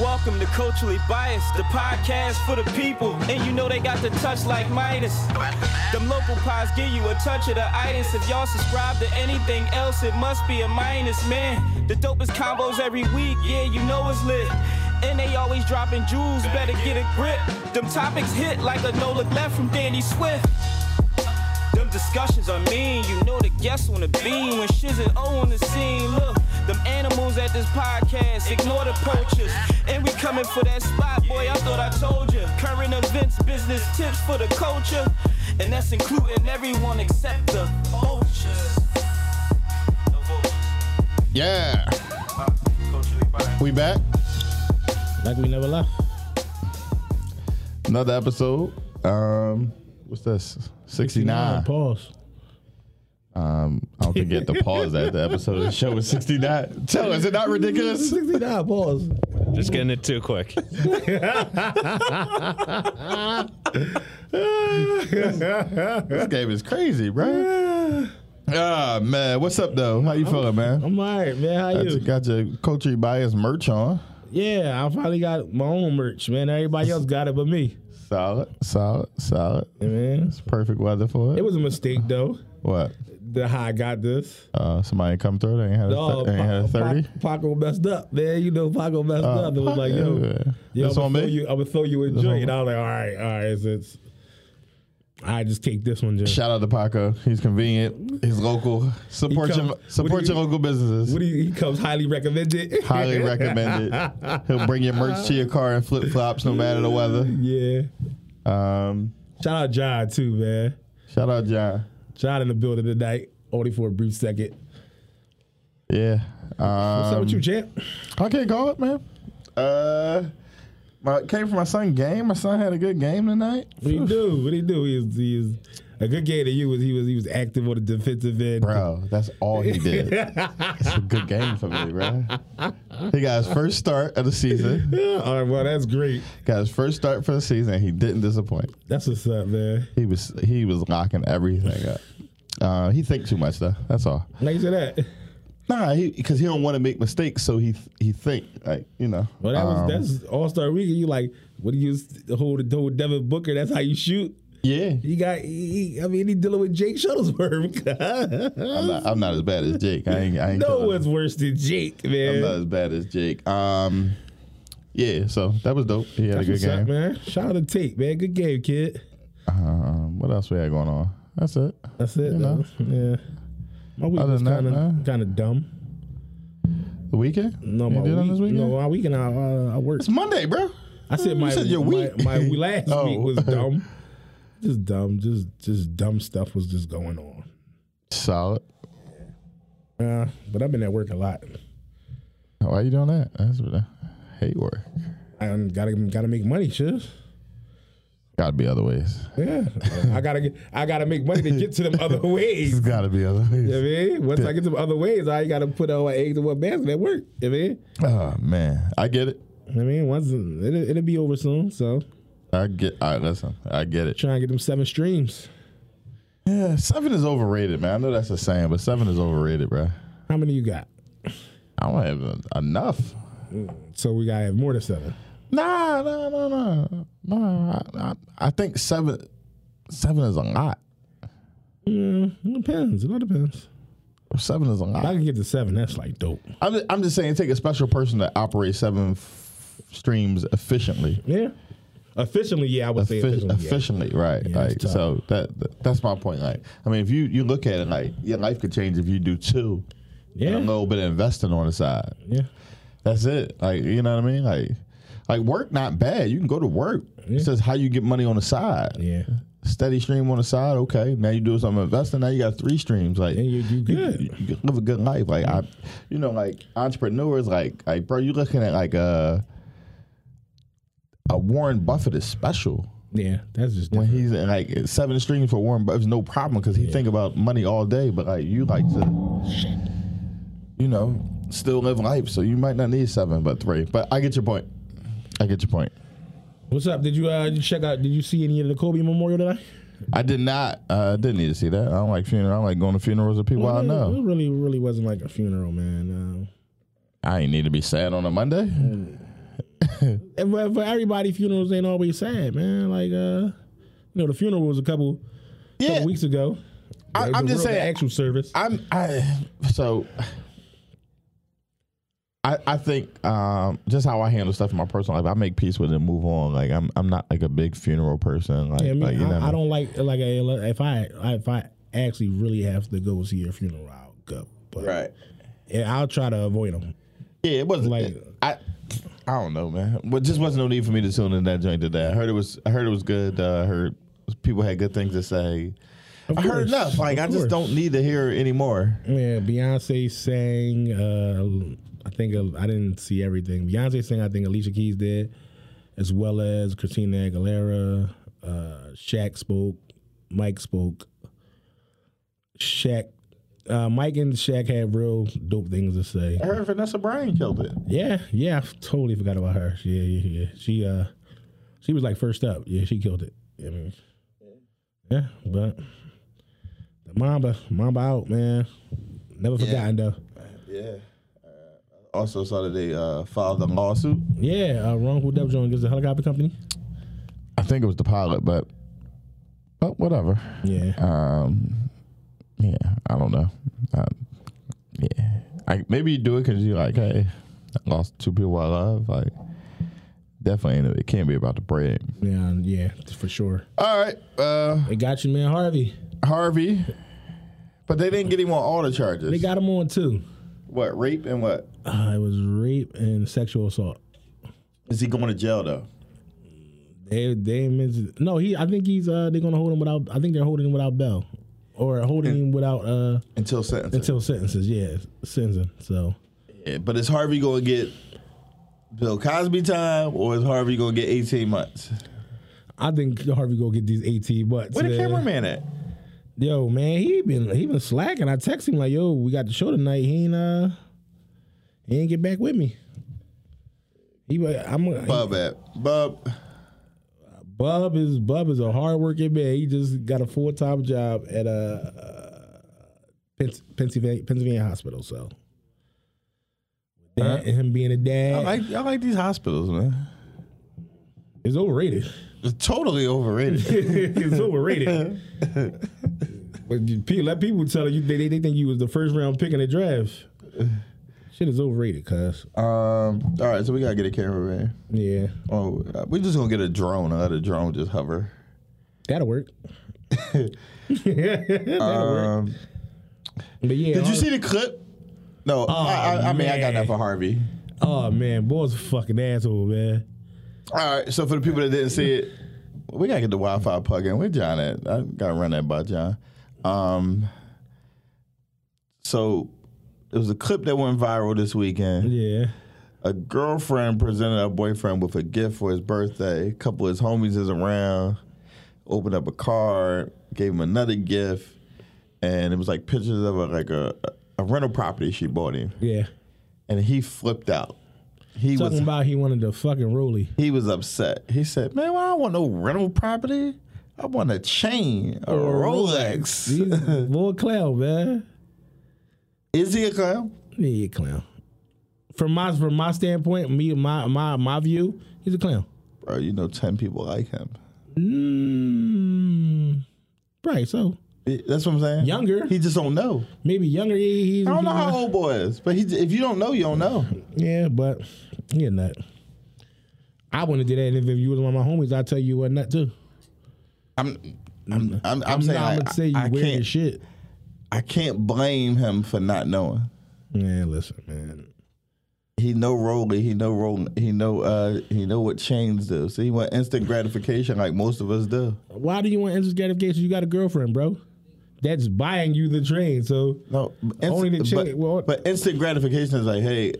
Welcome to Culturally Biased, the podcast for the people. And you know they got the touch like Midas. Them local pies give you a touch of the itis. If y'all subscribe to anything else, it must be a minus, man. The dopest combos every week, yeah, you know it's lit. And they always dropping jewels, better get a grip. Them topics hit like a no look left from Danny Swift. Them discussions are mean, you know the guests on the beam when shiz and O on the scene. Look, them animals at this podcast, ignore the poachers. And we coming for that spot, boy, I thought I told ya. Current events, business tips for the culture. And that's including everyone except the vultures. The vultures. Yeah, Uh, culturally biased. we back. Like we never left. Another episode. Um, what's this? Sixty nine. Pause. Um, I don't think you have to pause at the episode of the show is sixty nine. Tell, is it not ridiculous? 69, pause. Just getting it too quick. This game is crazy, bro. Ah man, what's up though? How you feeling, man? I'm all right, man. How Got your, you? got your culture bias merch on. Yeah, I finally got my own merch, man. Everybody else got it but me. Solid, solid, solid. Yeah, man. Perfect weather for it. It was a mistake, though, what? the how I got this. Uh, somebody come through. They ain't had a, Oh, th- they ain't had a Pa- Pa- thirty. Oh, Paco messed up, man. You know, Paco messed up. It was like, yo, yo I'm, it's on gonna me. throw you, I'm gonna throw you a on drink. me. And I was like, all right, all right. It's, it's, I just take this one, Jim. Shout out to Paco. He's convenient. He's local. Support He come- your support what do your you- local businesses. What do you, he comes highly recommended. Highly recommended. He'll bring your merch to your car and flip flops no matter the weather. yeah. Um, Shout out John, too, man. shout out John. John in the building tonight, only for a brief second. Yeah. What's up Um, with you, champ? I can't call it, man. Uh, my came from my son game. My son had a good game tonight. What he do? What he do? He was, he was a good game to you. Was he was he was active on the defensive end? Bro, that's all he did. It's a good game for me, bro. He got his first start of the season. Yeah, all right, well that's great. Got his first start for the season. And he didn't disappoint. That's what's up, man. He was he was locking everything up. Uh, he think too much though. That's all. Thanks for that. Nah, he because he don't want to make mistakes, so he he think like you know. Well, that was Um, that's All Star Weekend. You like what do you s- the whole the whole Devin Booker? That's how you shoot. yeah. He got. He, he- I mean, he dealing with Jake Shuttlesworth. I'm not, I'm not as bad as Jake. I ain't. I ain't no killing one's worse than Jake, him. I'm man. not as bad as Jake. Um, yeah. So that was dope. He had That's a good what's up, game. man. Shout out to Tate, man. Good game, kid. um, what else we had going on? That's it. That's it. You know. though. Yeah. My week Other was than that, kind man. of kind of dumb. The weekend. No, you my did on week, this weekend. no, my weekend I, uh, I worked. it's Monday, bro. I You said my said your my- week. My, last Oh. week was dumb. Just dumb. Just just dumb stuff was just going on. Solid. Uh, but I've been at work a lot. Why you doing that? That's what I hate work. I done gotta gotta make money, shiz. Got to be other ways. Yeah, I gotta get I gotta make money to get to them other ways. Got to be other ways. You know what I mean, once I get to them other ways, I ain't gotta put all my eggs in one basket at work. You know what I mean, Oh man, I get it. You know what I mean, once it'll, it'll be over soon. So I get. I listen. I get it. try and get them seven streams. Yeah, seven is overrated, man. I know that's the same, but seven is overrated, bro. How many you got? I don't have en- enough. So we gotta have more than seven. Nah, nah, nah, nah, nah. I, I, I think seven, seven is a lot. It depends. It all depends. Seven is a lot. If I can get to seven, that's like dope. I'm just, I'm just saying, take a special person to operate seven f- streams efficiently. Yeah. Officially, yeah, I would say Effi- officially. yeah. efficiently, right? Yeah, like it's tough. so that, that- that's my point. Like, I mean, if you you look at it, like your life could change if you do two, and Yeah. a little bit of investing on the side. Yeah. That's it. Like you know what I mean? Like like work not bad. You can go to work. It's just how you get money on the side. Yeah. Steady stream on the side, okay. Now you do some investing. Now you got three streams. Like And you- you good. You, you live a good life. Like I, you know, like entrepreneurs. Like like bro, you looking at like a a Warren Buffett is special Yeah. That's just when different. he's in like seven streams for Warren Buffett's no problem because he think about money all day. But like you like to, you know, still live life, so you might not need seven but three. But I get your point. I get your point. What's up? Did you uh did you check out did you see any of the Kobe Memorial today? I did not. uh, didn't need to see that. I don't like funeral. I don't like going to funerals of people I it, know. It really, really wasn't like a funeral, man. Uh, I ain't need to be sad on a Monday. and for, for everybody, funerals ain't always sad, man. Like, uh, you know, the funeral was a couple, couple Yeah, weeks ago. I- The I'm just real- the saying- actual service. I'm I so I I think um just how I handle stuff in my personal life, I make peace with it and move on. Like I'm I'm not like a big funeral person. Like, Yeah, I mean, like, you know what I, I mean? don't like like I- if I if I actually really have to go see a funeral, I'll go. But and I'll try to avoid them. Yeah, it wasn't Like- like I. I don't know, man. But just wasn't no need for me to tune in that joint today. I heard it was. I heard it was good. Uh, I heard people had good things to say. Of I heard course, enough. Like of I just course. don't need to hear it anymore. Yeah, Beyonce sang. Uh, I think uh, I didn't see everything. Beyonce sang. I think Alicia Keys did, as well as Christina Aguilera. Uh, Shaq spoke. Mike spoke. Shaq, uh, Mike and Shaq had real dope things to say. I heard Vanessa Bryan killed it. Yeah, yeah, I f- totally forgot about her. Yeah, yeah, yeah. She uh, she was like first up. Yeah, she killed it. I mean, yeah, but the Mamba, Mamba out, man. Never forgotten though. Yeah. Also saw that they uh, filed a lawsuit. Yeah, uh, wrongful death joint against the helicopter company. I think it was the pilot, but but whatever. Yeah, Um, yeah, I don't know. Um, yeah, I, maybe you do it because you're like, hey, I lost two people I love. Like, definitely, ain't, it can't be about the bread. yeah, yeah, for sure. All right, uh, They got you, man, Harvey. Harvey. But they didn't get him on all the charges. They got him on too. what rape and what? Uh, it was rape and sexual assault. Is he going to jail though? They, they ain't mention- no. He, I think he's. Uh, they're gonna hold him without. I think they're holding him without bail, or holding him without. Uh, Until sentence. until sentences. Yeah, sentencing. So Yeah, but is Harvey going to get Bill Cosby time or is Harvey going to get 18 months? I think Harvey go get these AT butts. Where the man. cameraman at? Yo, man, he been he been slacking. I text him like, yo, we got the show tonight. He ain't uh, he ain't get back with me. He, wa- I'm Bub at. Bub. Bub is Bub is a hardworking man. He just got a full time job at a uh, Pens- Pennsylvania Pennsylvania hospital. So. That, and him being a I dad like, I like these hospitals, man. is overrated. It's totally overrated. it's overrated. but you, pe- let people tell you they, they, they think you was the first round pick in the draft. Shit is overrated, cuz. um, all right, so we gotta get a cameraman. Yeah, Oh, uh, we just gonna get a drone and let a drone just hover. that'll work. that'll work. Um, But yeah, uh, did you Har- see the clip? Oh, No, I, I, I mean I got that man. for Harvey. Oh man, boy's a fucking asshole, man. All right, so for the people that didn't see it, we gotta get the Wi-Fi plug in. Where John at? I gotta run that by John. Um, so it was a clip that went viral this weekend. Yeah, a girlfriend presented her boyfriend with a gift for his birthday. A couple of his homies is around, opened up a card, gave him another gift, and it was like pictures of a, like a, a rental property she bought him, yeah. and he flipped out. He Talking was about he wanted the fucking roly. he was upset. He said, "Man, well, I don't want no rental property. I want a chain, a Rolex." He's- boy, clown, man. Is he a clown? Yeah, he a clown. From my from my standpoint, me my my my view, he's a clown. Bro, you know ten people like him. Mm, right. So That's what I'm saying. Younger. He just don't know. maybe younger. He, he's, I don't know how old boy is, but he, if you don't know, you don't know. Yeah, but he a nut. I wouldn't do that. And if you was one of my homies, I'd tell you what nut too. I'm, I'm, I'm, I'm saying not I, gonna say you I, weird can't, as shit. I can't blame him for not knowing. Man, listen, man. He know rolling, he know rolling, he know uh, he know what chains do. So he want instant gratification like most of us do. Why do you want instant gratification? You got a girlfriend, bro. That's buying you the train. So No, but inst- Only the chain- But, well- but instant gratification is like, hey,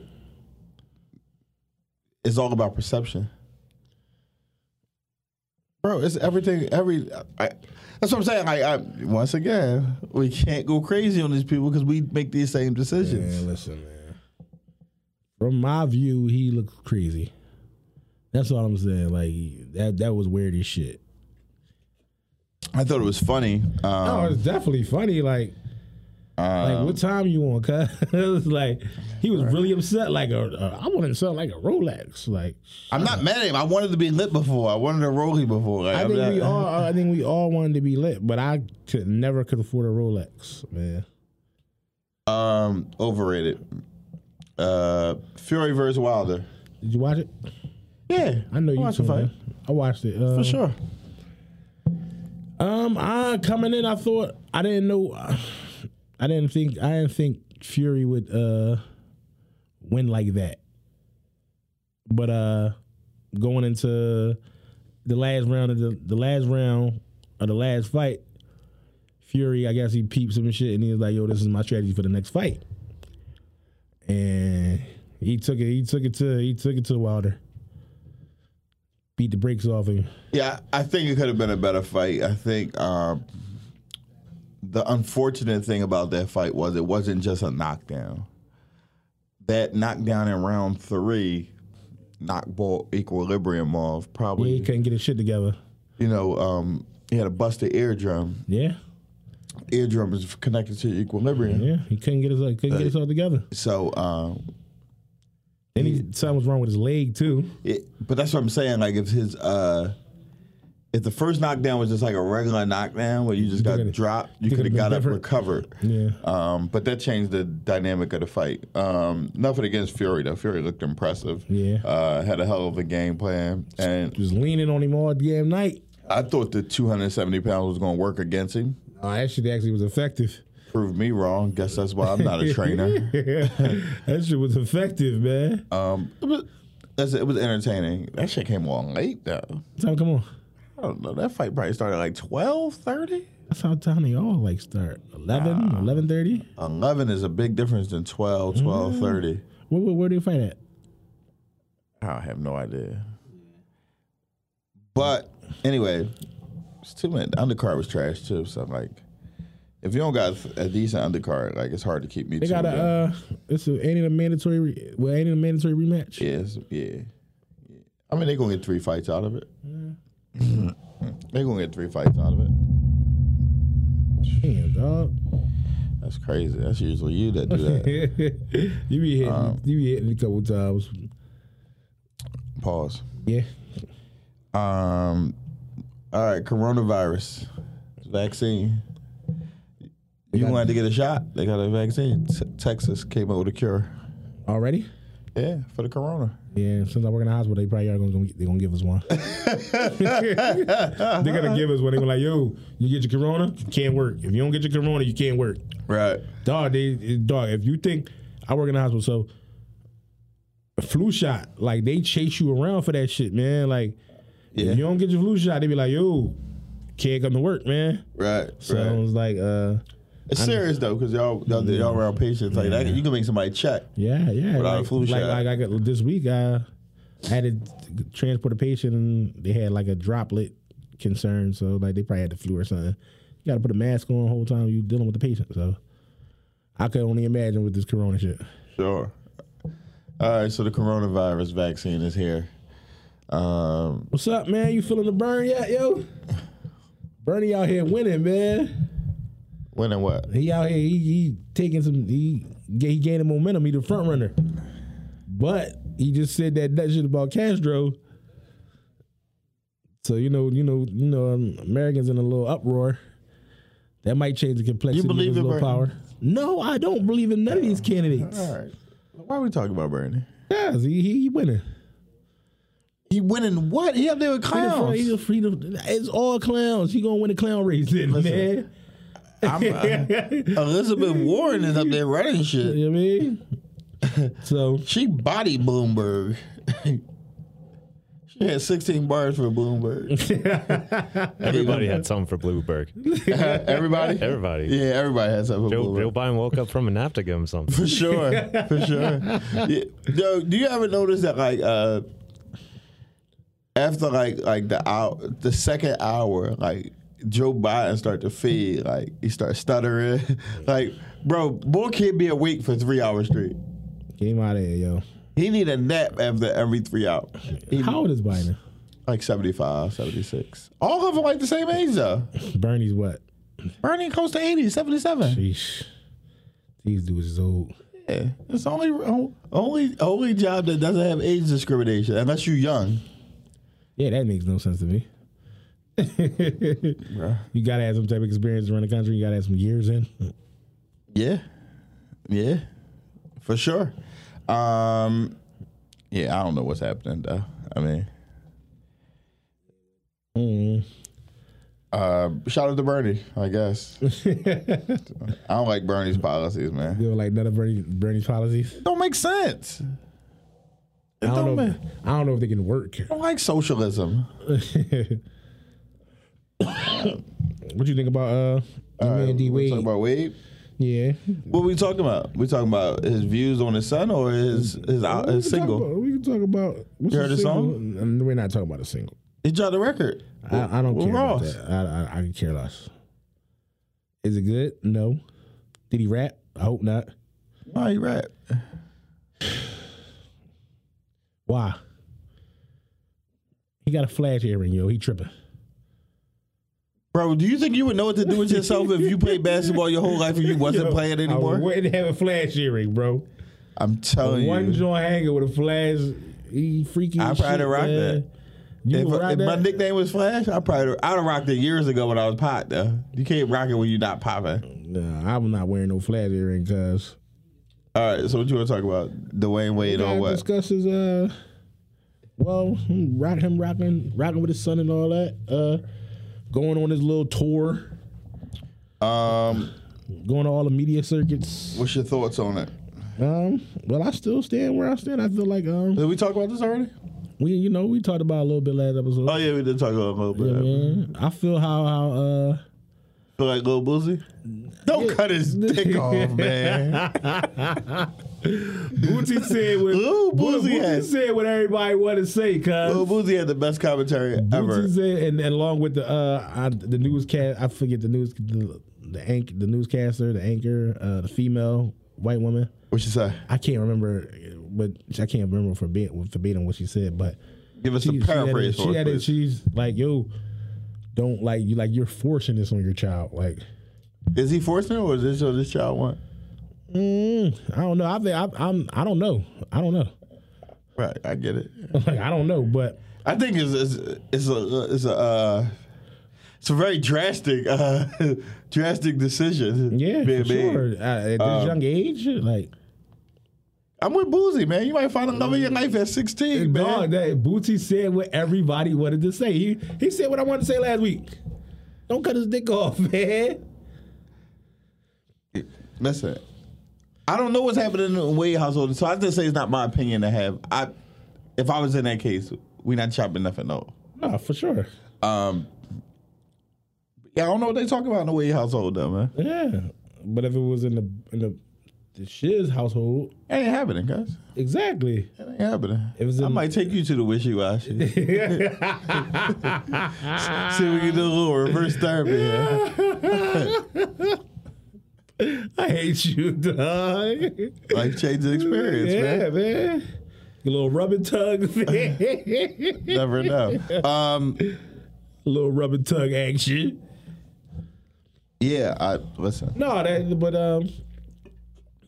it's all about perception, bro. It's everything. Every I, that's what I'm saying. Like, I, once again, we can't go crazy on these people because we make these same decisions. man, listen, man. From my view, he looks crazy. That's all I'm saying. Like that that was weird as shit. I thought it was funny. Um, Oh, um, No, it's definitely funny. Like, Like what time you on? Cause it was like he was really upset. Like a, a I wouldn't sell like a Rolex. Like I'm not mad at him. I wanted to be lit before. I wanted a rollie before. Like, I I'm think not- we all I think we all wanted to be lit, but I could never could afford a Rolex, man. Um, overrated. Uh, Fury versus Wilder. Did you watch it? Yeah, I know you watched the tuned fight in. I watched it uh, for sure. Um, I coming in, I thought I didn't know, I didn't think I didn't think Fury would uh win like that. But uh, going into the last round of the the last round of the last fight, Fury, I guess he peeped some shit and he was like, "Yo, this is my strategy for the next fight," and he took it. He took it to he took it to Wilder. Beat the brakes off him. Yeah, I think it could have been a better fight. I think um, the unfortunate thing about that fight was it wasn't just a knockdown. That knockdown in round three knocked ball equilibrium off. Probably, He couldn't get his shit together. you know, um, he had a busted eardrum. Yeah. Eardrum is connected to equilibrium. Yeah, he couldn't get his couldn't get his all together. So, um, And he, something was wrong with his leg too. It, but that's what I'm saying. Like if his uh if the first knockdown was just like a regular knockdown where you just got could've- dropped, you could've could have been got up different. recovered. Yeah. Um, but that changed the dynamic of the fight. Um, nothing against Fury though. Fury looked impressive. Yeah. Uh, had a hell of a game plan, and Just leaning on him all damn night. I thought the 270 pounds was going to work against him. Oh, that shit actually was effective. Proved me wrong. Guess that's why I'm not a trainer. that shit was effective, man. Um, it was, that's, it was entertaining. That shit came on late though. time come on. I don't know. That fight probably started like 12:30. That's how time they all like start. 11, 11.30? 11 is a big difference than Mm. 12, 12, 30. Where, where, where do you fight at? I have no idea. But anyway, it's too many. The undercard was trash too. So, like, if you don't got a decent undercard, like, it's hard to keep me They got a uh it's a, ain't it a mandatory re, well ain't it a mandatory rematch? Yes, yeah. yeah. I mean, they're going to get three fights out of it. Mm. they're going to get three fights out of it. Damn, dog. That's crazy. That's usually you that do that. you be hitting you be hitting a couple times. Pause. Yeah. Um, all right, coronavirus vaccine. You wanted to get a shot? They got a vaccine. T- Texas came up with a cure. Already? Yeah, for the corona. Yeah, since I work in the hospital, they probably are gonna they gonna give us one. they gotta give us one. They were like, "Yo, you get your corona, you can't work. If you don't get your corona, you can't work." Right. Dog, they dog. If you think I work in the hospital, so a flu shot, like they chase you around for that shit, man. Like Yeah. if you don't get your flu shot, they be like, "Yo, can't come to work, man." Right. So right. it was like, uh, It's serious though, because y'all y'all, y'all around patients like that. You can make somebody check. yeah, yeah. Without a like, flu like, shot. Like I got this week, I had to transport a patient, and they had like a droplet concern, so like they probably had the flu or something. You got to put a mask on the whole time you dealing with the patient. So I could only imagine with this corona shit. Sure. All right. So the coronavirus vaccine is here. Um, What's up, man? You feeling the burn yet, yo? Bernie out here winning, man. when and what? He out here, he, he taking some, he, ga- he gaining momentum. He the front runner. But he just said that that shit about Castro. So you know, you know, you know, um, Americans in a little uproar. That might change the complexity You believe of his in little Bernie? power. No, I don't believe in none of these candidates. All right. Why are we talking about Bernie? Yes, he, he, he winning. He winning what? He up there with He the front- clowns. he the- he the- it's all clowns. He gonna win the clown race, then, man. I'm, uh, you know Elizabeth Warren is up there running shit. what I mean? so She body Bloomberg. she had 16 bars for Bloomberg. Everybody had something for Bloomberg. everybody? Everybody. Yeah, everybody has something for Joe, Bloomberg. Joe Biden woke up from a nap to give him something. For sure. For sure. Yeah. Yo, do you ever notice that, like, uh, after like like the hour, the second hour, like Joe Biden start to fade, like he starts stuttering, like bro, boy can't be awake for three hours straight. came out of here, yo. He need a nap after every three hours. He- How old is Biden? Like 75, 76. All of them like the same age though. Bernie's what? Bernie close to 80, 77. Sheesh. These dudes is old. Yeah, it's the only oh, only only job that doesn't have age discrimination unless you're young. Yeah, that makes no sense to me. you gotta have some type of experience around the country. You gotta have some years in. Yeah, yeah, for sure. Um, yeah, I don't know what's happening though. I mean, uh, shout out to Bernie, I guess. I don't like Bernie's policies, man. You know, like none of Bernie, Bernie's policies. It don't make sense. It I don't, don't know. ma- If, I don't know if they can work. I don't like socialism. What you think about uh, your man D we Wade? talk about Uh, Wade. yeah, What we talking about? We talking about his views on his son or his his, We uh, can his talk single? about- we can talk about. What's You heard the single? song? Mm, We're not talking about a single. He dropped a record. I, I don't Well, care about Ross. that. I, I, I can care less. Is it good? No. Did he rap? I hope not. Why you rap? Why? He got a flash earring, yo. He tripping. Bro, do you think you would know what to do with yourself if you played basketball your whole life and you wasn't Yo, playing I anymore? wouldn't have a flash earring, bro. I'm telling One you. joint hanger with a flash. He freaky. I'd as probably shit, rock man. that. You If, would rock if my that? nickname was Flash, I probably I'd have rocked it years ago when I was pot though. You can't rock it when you're not popping. Nah, I'm not wearing no flash earring, cuz. All right, so what you want to talk about? Dwayne Wade or what? discusses uh well hmm, rock him rocking rocking with his son and all that uh going on his little tour Um, going to all the media circuits what's your thoughts on it? um well i still stand where i stand i feel like um Did we talk about this already? we you know we talked about it a little bit last episode Oh yeah, we did talk about it a little bit. Yeah, man. i feel how how uh Feel like Lil Boozy? Don't cut his dick off, man. Bootsy said what Lil Boozy Bootsy has- said what everybody wanted to say cuz Lil Boozy had the best commentary ever. Bootsy said, and, and along with the uh, I, the newscast, I forget the news, the the, anch- the newscaster, the anchor, uh, the female white woman. What you say? I can't remember, but I can't remember verbatim, verbatim what she said. But Give us she, a paraphrase she, had it- she for had it. us, please. She's like, yo, don't like you like you're forcing this on your child. Like, Is he forcing it or is this what this child want? mm, I don't know. I think I, I'm. I don't know. I don't know. Right, I get it. like, I don't know. But I think it's it's, it's a it's a uh, it's a very drastic uh, drastic decision. yeah, being for made. sure. Uh, at this Um, young age, like. I'm with Boozy, man. You might find the love of your life at 16, man. Dog, that Bootsy said what everybody wanted to say. He he said what I wanted to say last week. Don't cut his dick off, man. Listen, I don't know what's happening in the Wade household, so I just say it's not my opinion to have. I, if I was in that case, we not chopping nothing off. Nah, for sure. Um, yeah, I don't know what they talk about in the Wade household, though, man. Yeah, but if it was in the in the, the Shiz household, It ain't happening, guys. exactly. It ain't happening. It was I in- might take you to the wishy washy. See if we can do a little reverse therapy. Here. I hate you, dog. Life changing experience, yeah, man. man. Your little rubbing tug, man. Never know. Um, little rubbing tug action. yeah, I listen. No, that but um,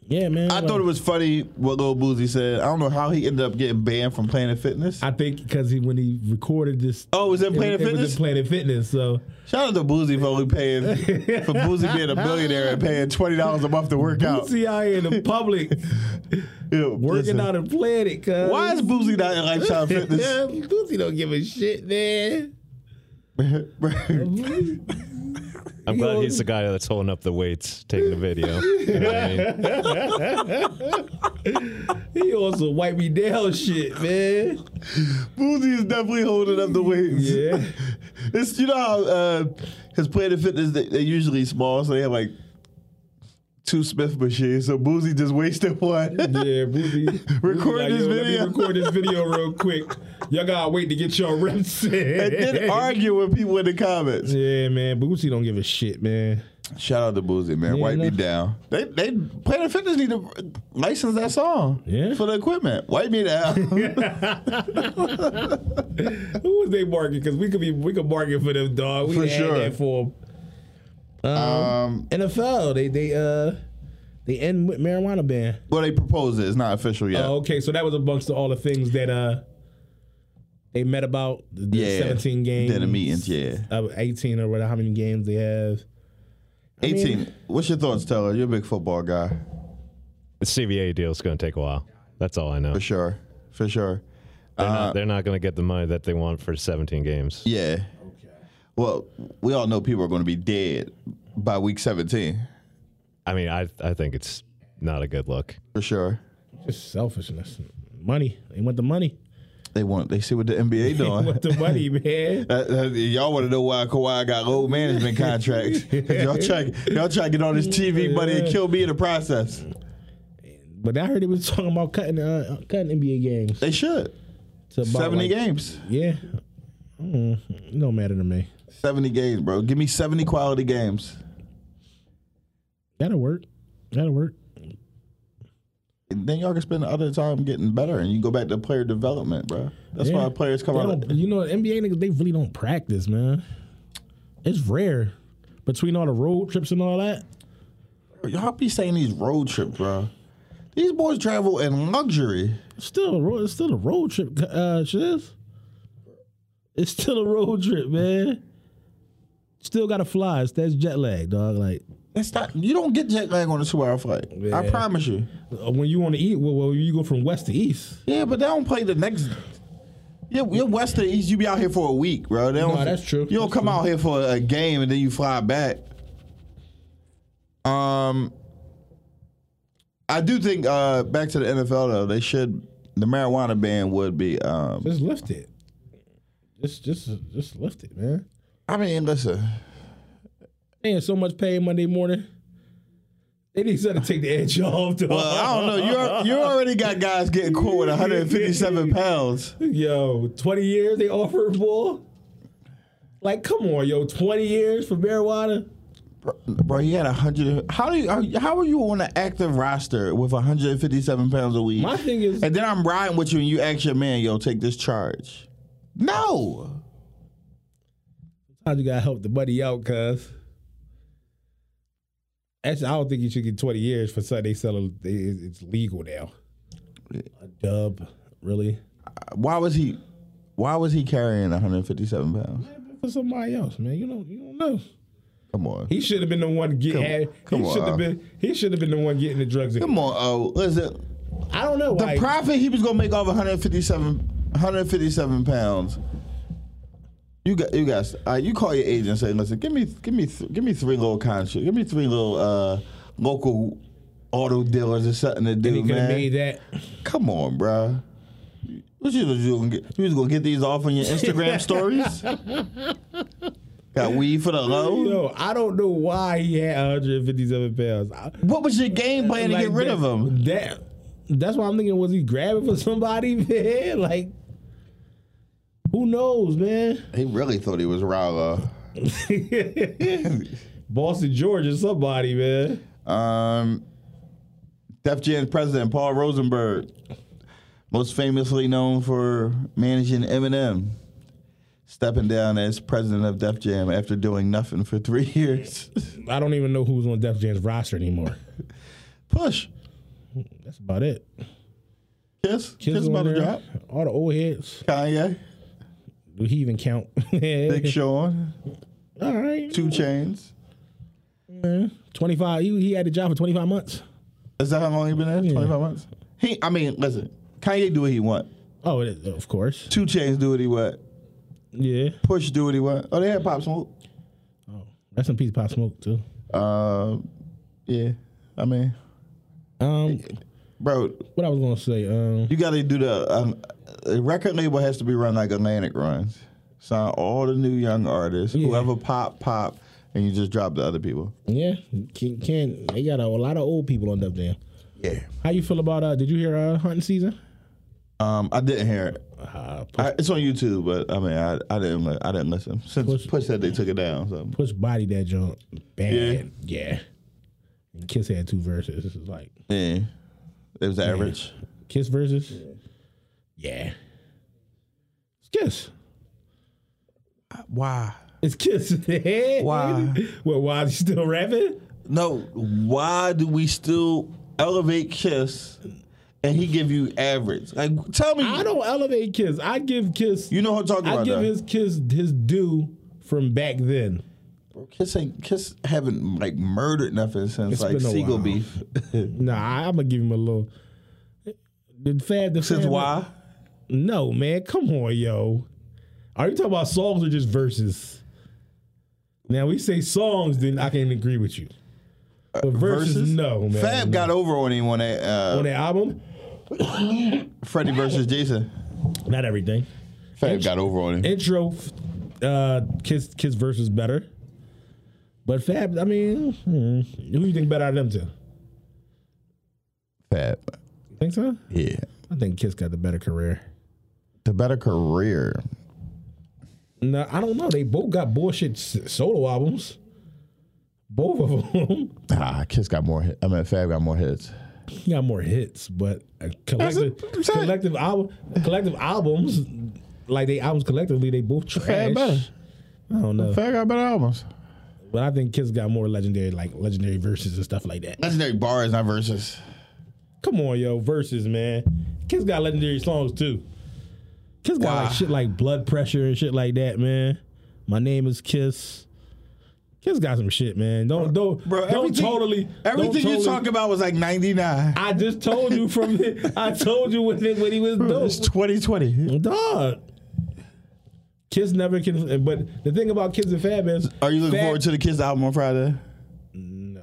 yeah, man. I like- thought it was funny what Lil Boozy said. I don't know how he ended up getting banned from Planet Fitness. I think because he when he recorded this. Oh, was that Planet it, It Fitness? was in Planet Fitness, so Shout out to Boozy for only paying for Boozy being a billionaire and paying twenty dollars a month to work out. see out here in the public Yeah, working listen. out and planet. Cause Why is Boozy not in Lifestyle Fitness? yeah, Boosie don't give a shit, man. I'm glad he's the guy that's holding up the weights, taking the video. You know what I mean? He also wipe me down, shit, man. Boozy is definitely holding up the weights. Yeah, It's you know how uh, his Planet Fitness they, they're usually small, so they have like two Smith machines. So Boozy just wasted one. yeah, Boosie. Record Like, this yo, let me video. Record this video real quick. Y'all gotta wait to get your reps in. and then argue with people in the comments. Yeah, man. Boosie don't give a shit, man. Shout out to Boozy, man. Yeah, Wipe me no. down. They they Planet Fitness need to license that song. Yeah. For the equipment. Wipe me down. Who was they marketing? Because we could be we could market for them, dog. We For had sure. that for 'em. um NFL. They they uh They end with marijuana ban. Well, they proposed it. It's not official yet. Oh, okay, so that was amongst all the things that uh they met about the, the Yeah. 17 games. Did the meetings, yeah. Uh, 18 or whatever, how many games they have. 18. What's your thoughts, Taylor? You're a big football guy, The CBA deal is going to take a while. That's all I know. for sure. For sure. They're not, they're not going to get the money that they want for 17 games. Yeah. Well, we all know people are going to be dead by week 17, I mean, I I think it's not a good look. for sure. Just selfishness. Money. They want the money. They want. They see what the NBA They doing. want the money, man. Uh, uh, y'all want to know why Kawhi got old management contracts? y'all try, y'all try to get on this TV money and kill me in the process. But I heard he was talking about cutting uh, uh, cutting NBA games. They should. To about Seventy like- games. Yeah. Mm, it don't matter to me. Seventy games, bro. Give me seventy quality games. That'll work. That'll work. And then y'all can spend the other time getting better, and you go back to player development, bro. That's Yeah. why players come They out. don't- you know, NBA niggas, they really don't practice, man. It's rare. Between all the road trips and all that, Y'all be saying these road trips, bro. These boys travel in luxury. it's still a road, it's still a road trip, uh, Shiz. It's still a road trip, man. Still gotta fly. It's- That's jet lag, dog. Like That's not. You don't get jet lag on a two-hour flight. I Yeah. promise you. uh, when you want to eat, well, well, you go from west to east. Yeah, but they don't play the next. Yeah, you're west to east. You be out here for a week, bro. They don't, No, that's true. You don't That's come out here for a game and then you fly back. Um, I do think uh, back to the NFL though. They should the marijuana ban would be. Um, Just lift it. Just, just, just lift it, man. I mean, listen, Paying so much pay Monday morning. They need something to take the edge off. Dog. Well, I don't know. You you already got guys getting caught with 157 pounds. Yo, 20 years they offer bull. Like, come on, yo, 20 years for marijuana? Bro, bro, he had 100. How do you? How are you on an active roster with 157 pounds a week? My thing is, And then I'm riding with you, and you ask your man, "Yo, take this charge." No, how you gotta help the buddy out, cuz. Actually, I don't think you should get 20 years for something they sell. it- it- It's legal now. A dub, really? why was he? Why was he carrying 157 pounds? For somebody else, man. You don't, you don't know. Come on, He should have been the one Come- getting. come He should on. have been. He should have been the one getting the drugs. In. come on. Oh, listen, I don't know. the like, profit he was gonna make off 157, 157 pounds. You got, you guys. Uh, you call your agent and say, "Listen, give me, give me, th- give me three little contracts. Give me three little uh, local auto dealers or something to do, he could man." have made that. Come on, bruh. What you was gonna get? You was gonna get these off on your Instagram stories? Got weed for the low? Yo, I don't know why he had 157 pounds. I, What was your game plan to Like get rid that- of them? That that's why I'm thinking was he grabbing for somebody, man? Like who knows, man? He really thought he was Rallo. Boston George is somebody, man. Um, Def Jam's president Paul Rosenberg, most famously known for managing Eminem, stepping down as president of Def Jam after doing nothing for three years. I don't even know who's on Def Jam's roster anymore. Push, That's about it. Kiss, Kiss, Kids on about to there, drop. All the old heads. Kanye, Do he even count? Big Sean, All right. Two Chains. Twenty five. He, he had the job for twenty five months. Is that how long he been there? Twenty five months. He, I mean, listen, Kanye do what he want. Oh, it is, of course. Two Chains do what he want. Yeah. Push do what he want. Oh, they had Pop Smoke. Rest in peace, Pop Smoke too. Um, yeah, I mean, Um, bro, what I was gonna say. Um, you got to do the um, a record label has to be run like Atlantic runs. Sign all the new young artists, Yeah. whoever pop pop, and you just drop the other people. yeah. Can, can they got a, lot of old people on Def Jam. Yeah. How you feel about uh? Did you hear uh hunting season? Um, I didn't hear it. Uh, push, I, it's on YouTube, but I mean, I, I didn't li- I didn't listen since Push, Push- said they took it down. So push body that junk bad. Yeah. And Kiss had two verses. This is like yeah, it was average. Kiss verses. Yeah. It's Kiss. Why? It's Kiss. Why? Well, why is he still rapping? No, why do we still elevate Kiss and he give you average? Like, tell me. I don't elevate Kiss. I give Kiss. You know what I'm talking I about. give though. his Kiss his due from back then. Bro, Kiss ain't Kiss haven't like murdered nothing since It's like been a Seagull while. beef. Nah, I, I'm gonna give him a little. The fad, the Since Fab- why? No, man, come on, yo. Are you talking about songs or just verses? Now we say songs, then I can agree with you. But verses, no, man. Fab got over on him on that uh, on that album. Freddie versus Jason. Not everything. Fab got over on him. Intro, f- uh, Kiss Kiss verse is better. But Fab, I mean, hmm, who you think better out of them two? Fab, Think so? yeah, I think Kiss got the better career. the better career. No, I don't know. They both got bullshit s- solo albums. Both of them. Ah, Kiss got more. Hit. I mean, Fab got more hits. He got more hits, but a collective what I'm saying. collective album collective albums like they albums collectively they both trash. Fab better. I don't know, Fab got better albums. but I think Kiss got more legendary like legendary verses and stuff like that. Legendary bars, not verses. Come on, yo, verses, man. Kiss got legendary songs too. Kiss got Wow. like shit like blood pressure and shit like that, man. My name is Kiss. Kiss got some shit, man. Don't don't don't totally Everything don't you totally- talk about was like ninety nine. I just told you from the, I told you when, when he was dope. It's twenty twenty. Dog. Kids never can. But the thing about kids and Fab is, Are you looking Fab- forward to the Kiss album on Friday? no.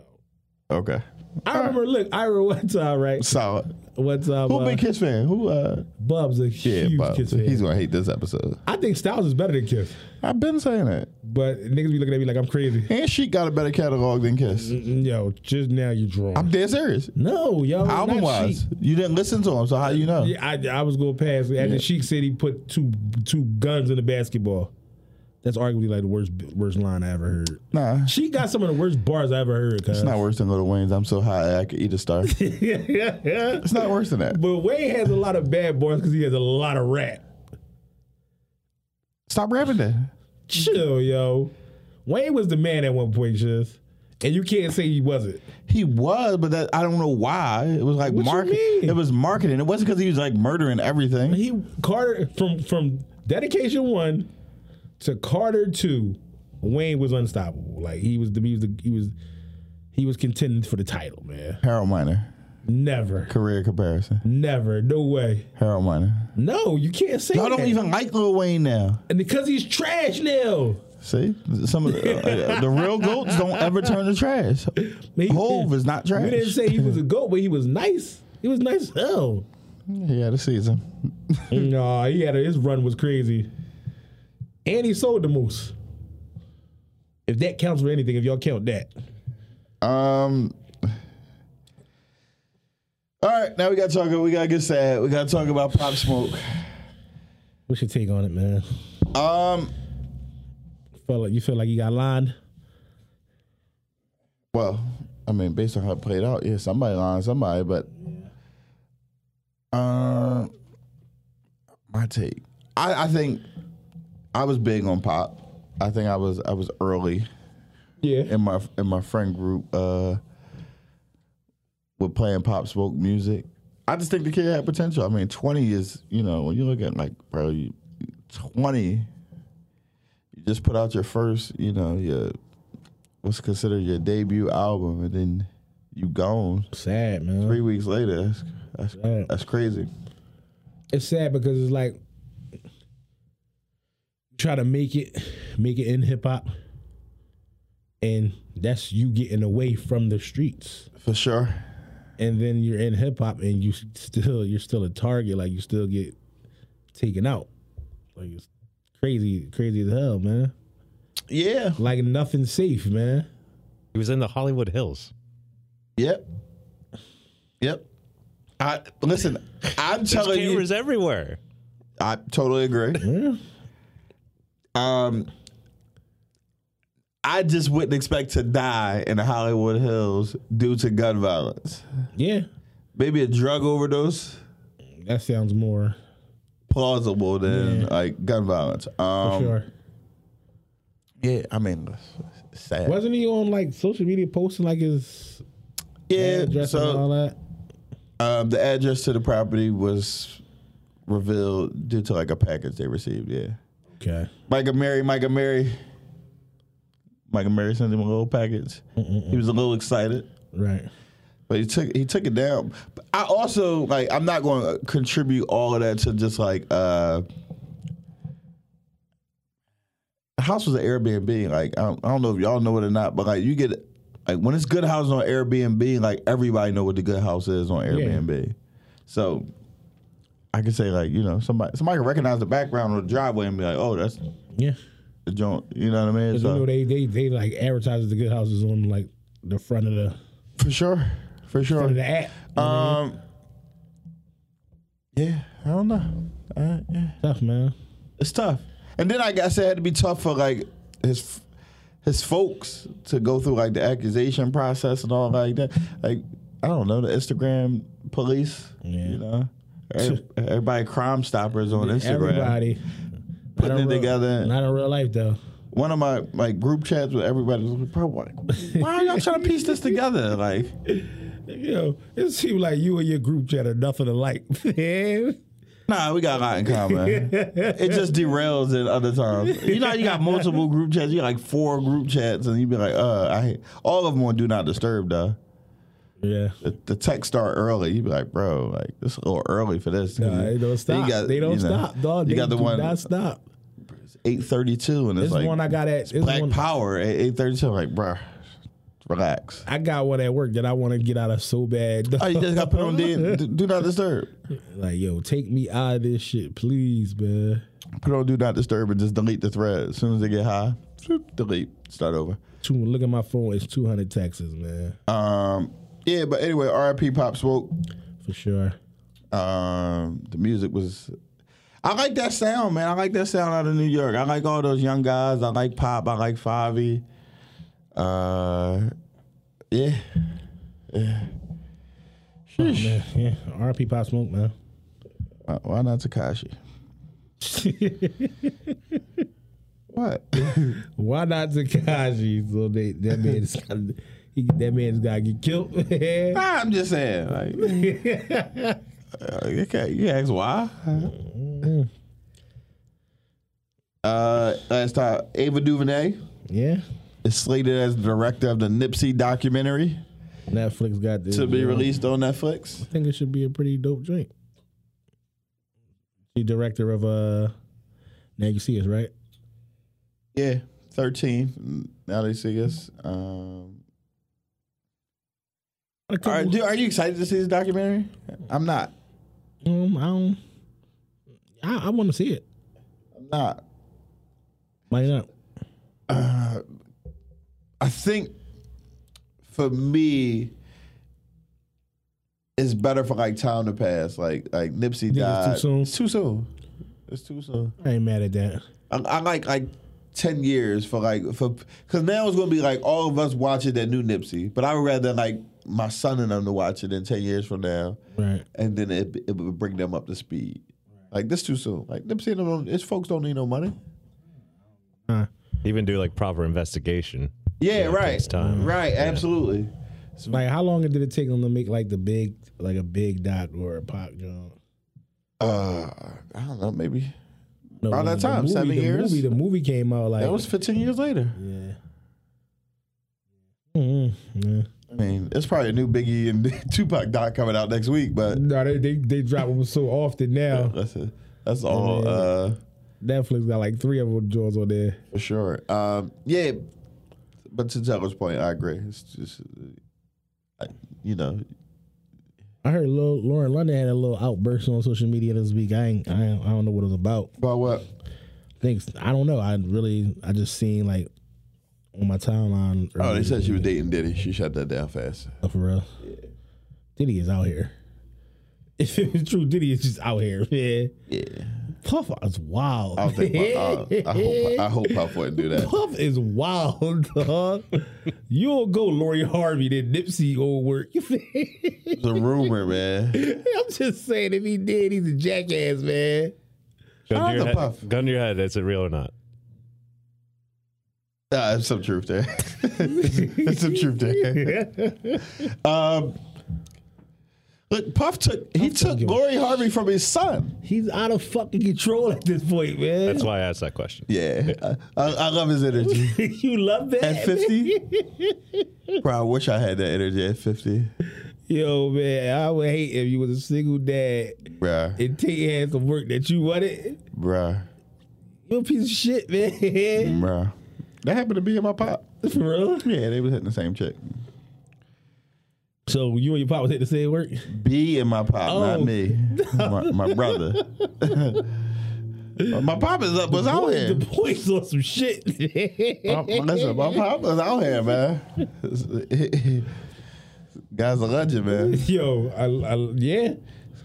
Okay, I remember. Look, I remember one time. Right, solid. one time. Who uh, big Kiss fan? Who? uh Bub's a Yeah, huge Bob. Kiss fan. He's gonna hate this episode. I think Styles is better than Kiss, I've been saying that. but niggas be looking at me like I'm crazy. And she got a better catalog than Kiss. Yo, just now you drawn. I'm dead serious. no, yo, Album not wise, Sheik. you didn't listen to him, so how you know? Yeah, I, I was going past after Yeah. Sheik said he put two two guns in the basketball. That's arguably like the worst worst line I ever heard. Nah, it's She got some of the worst bars I ever heard. It's not worse than Little Wayne's. I'm so high I could eat a star. it's yeah, yeah, yeah. not worse than that. But Wayne has a lot of bad boys because he has a lot of rap. Stop rapping that. Chill, yo. Wayne was the man at one point, just. And you can't say he wasn't. He was, but that I don't know why. It was like What you marketing. mean? It was marketing. It wasn't because he was like murdering everything. He Carter from from dedication one to Carter two, Wayne was unstoppable. Like he was the he was the, he was he was contending for the title, man. Harold Miner Never. career comparison. Never. No way. Harold Miner. No, you can't say Y'all don't that. even like Lil Wayne now. and because he's trash now. See, some of the, uh, the real goats don't ever turn to trash. Man, he- Hove is not trash. We didn't say he was a goat, but he was nice. He was nice as hell. He had a season. No, he had a, his run was crazy, and he sold the most. If that counts for anything, if y'all count that, Um. All right, now we gotta talk. We gotta get sad. We gotta talk about Pop Smoke. what's your take on it, man? Um. Felt like you feel like you got lined. Well, I mean, based on how it played out, yeah, somebody lying, somebody. But, um, my take. I I think I was big on Pop. I think I was I was early. Yeah, in my in my friend group uh were playing pop smoke music. I just think the kid had potential. I mean, twenty is you know when you look at like bro, you, twenty, you just put out your first you know your what's considered your debut album, and then you gone sad man. three weeks later. That's that's, Damn. that's crazy. It's sad because it's like try to make it, make it in hip hop, and that's you getting away from the streets. For sure. and then you're in hip hop and you still you're still a target, like you still get taken out. Like it's crazy, crazy as hell, man. Yeah. Like nothing's safe, man. He was in the Hollywood Hills. Yep. Yep. I listen. I'm telling you. Cameras everywhere. I totally agree. um, I just wouldn't expect to die in the Hollywood Hills due to gun violence. Yeah, Maybe a drug overdose, that sounds more plausible than like gun violence. for Um, sure. Yeah, I mean, it's sad. Wasn't he on like social media posting like his yeah, address and all so that? um, the address to the property was revealed due to like a package they received. Yeah, Okay. Micah Mary, Micah Mary, Micah Mary sent him a little package. He was a little excited. Right. But he took he took it down. But I also like I'm not going to contribute all of that to just like uh the house was an Airbnb. Like I don't, I don't know if y'all know it or not, but like you get like when it's good houses on Airbnb, like everybody know what the good house is on Airbnb. So I can say like you know somebody somebody can recognize the background or the driveway and be like, oh that's Yeah. the joint. You know what I mean? Because you know So, they, they they like advertises the good houses on like the front of the For sure. For front of sure. the app. um, yeah, I don't know. Uh, yeah. Tough man. It's tough. And then I guess it had to be tough for like his his folks to go through like the accusation process and all like that. Like I don't know the Instagram police. Yeah. You know, Every- everybody Crime Stoppers on Instagram. Everybody. Putting Not in it real- together. Not in real life though. One of my like group chats with everybody was probably like, why are y'all trying to piece this together? Like Yo, it seemed like you and your group chat are nothing alike. man. Nah, we got a lot in common. it just derails at other times. You know, how you got multiple group chats. You got like four group chats, and you be like, "Uh, I hate. all of them on do not disturb." Though yeah. the, the text start early. You be like, "Bro, like it's a little early for this." Nah, they don't stop. they don't stop, dog. You they got the do one Not stop. eight thirty two, and it's This like one I got at. This Black one, Power at eight thirty two. Like, bro, relax. I got one at work that I want to get out of so bad. Oh, you just got put on do, do not disturb. like, yo, take me out of this shit, please, man. Put on do not disturb and just delete the thread as soon as they get high. swoop, Delete. Start over. Two, look at my phone. It's two hundred taxes, man, Um, yeah, but anyway, R.I.P. Pop Smoke. for sure. Um, the music was. I like that sound, man. I like that sound out of New York. I like all those young guys. I like Pop. I like Favi. Uh, yeah. Man, yeah, RP Pop Smoke, man. Why- Why not Takashi? What? Why not Takashi? So they, that man's gotta, he, that man's gotta get killed. man. nah, I'm just saying. Like, uh, you, can't, you ask why? Uh, last time, Ava DuVernay. yeah, is slated as the director of the Nipsey documentary Netflix got this to be man. released on Netflix. I think it should be a pretty dope drink. The director of uh, now you see us right. Yeah, 13. Now they see us. Um, A couple- are, do, are you excited to see this documentary? I'm not. Um, I don't. I, I want to see it. I'm not. Why not? I think for me, it's better for like time to pass. Like like Nipsey it's too died. soon? It's too soon. It's too soon. I ain't mad at that. I, I like like ten years for like for because now it's gonna be like all of us watching that new Nipsey, but I would rather like my son and them to watch it in ten years from now, Right. and then it it would bring them up to speed. Like this too soon. Like Nipsey, and them don't, his folks don't need no money. Even do like proper investigation. Yeah, it right, takes time. right, absolutely. Like, how long did it take them to make like the big, like a big dot or a pop joint? Uh, I don't know, maybe No, Around that the time, movie- seven the years? Movie, the movie came out like that was fifteen years later. yeah. Mm-mm, yeah. I mean, it's probably a new Biggie and Tupac doc coming out next week, but No, they, they they drop them so often now. that's a, that's all. Yeah. Uh, Netflix got like three of them joints on there. For sure. Um, yeah, but to Taylor's point, I agree. It's just, uh, I, you know, I heard Lil, Lauren London had a little outburst on social media this week. I ain't, I, ain't, I don't know what it was about. about what? Thanks. I don't know. I really, I just seen like on my timeline. Oh, they said she was dating Diddy. She shut that down fast. Oh, for real. Diddy is out here. If it's true, Diddy is just out here, man. Yeah. Puff is wild. I don't think. My, uh, I hope. I hope Puff wouldn't do that. Puff is wild, dog. You'll go Lori Harvey, then Nipsey old work. I'm It's a rumor, man. just saying, if he did, he's a jackass, man. Shout Gun out to your to head. Puff. Gun to your head. Is it real or not? Nah, there's some truth there. there's some truth there. um, look, Puff took he took give a Lori Harvey from his son. He's out of fucking control at this point, man. That's why I asked that question. Yeah, I, I, I love his energy. you love that. At man? fifty, bro, I wish I had that energy at fifty, Yo, man, I would hate if you was a single dad Bruh. and take hands of work that you wanted. Bruh. You a piece of shit, man. Bruh. That happened to be in my pop. For real. Yeah, they was hitting the same chick. So you and your pop was at the same work? B in my pop, Oh. not me. My, my brother. my pop is up was out here. The boys on some shit. My- Listen, my pop was out here, man. Guy's a legend, man. Yo, I, I, yeah.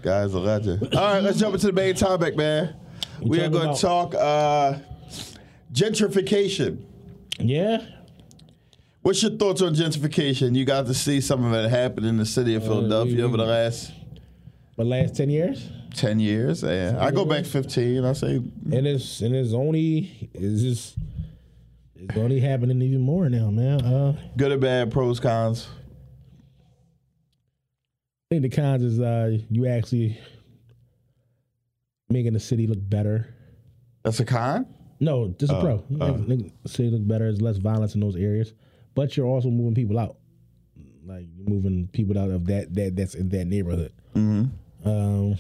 Guy's a legend. All right, let's jump into the main topic, man. We are talking going about- to talk uh, gentrification. Yeah. What's your thoughts on gentrification? You got to see some of it happen in the city Uh, of Philadelphia we- over the last The last 10 years? 10 years. And I go back 15. I say, And it's and it's only it's just it's only happening even more now, man. Uh, I good or bad, pros, cons. think the cons is uh, you actually making the city look better. That's a con? No, just a pro. Make the city look better. There's less violence in those areas, but you're also moving people out, like you're moving people out of that that that's in that neighborhood. Mm-hmm. Um,